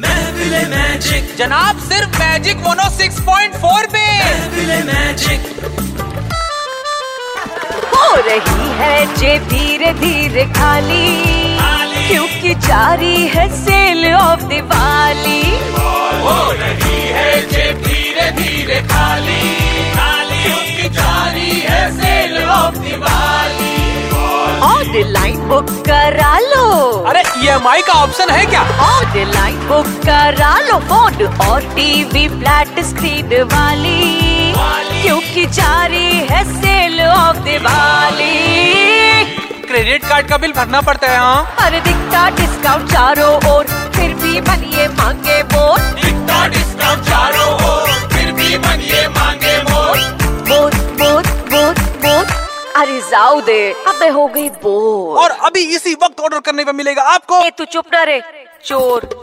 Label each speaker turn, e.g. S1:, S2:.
S1: महफिले magic
S2: जनाब सिर्फ oh magic mono 6.4 पे
S1: महफिले मैजिक
S3: हो रही है जे धीरे धीरे खाली
S1: खाली।
S3: क्योंकि जारी है सेल ऑफ दिवाली
S1: हो रही है जेब धीरे धीरे खाली खाली उनकी जारी है sale of Diwali
S3: online book करा लो
S2: अरे ई का ऑप्शन है क्या
S3: ऑनलाइन बुक करा लो फोन और टीवी फ्लैट स्क्रीन वाली क्योंकि जारी है sale of Diwali
S2: credit card का बिल भरना पड़ता है हाँ
S3: हर दिखता डिस्काउंट चारों ओर फिर भी बनिए मांगे मोर
S1: दिखता डिस्काउंट चारों ओर फिर भी बनिए मांगे मोर
S3: मोर मोर मोर मोर अरे जाओ दे अब मैं हो गई बोर
S2: और अभी इसी वक्त ऑर्डर करने पे मिलेगा आपको
S3: ए तू चुप ना रे चोर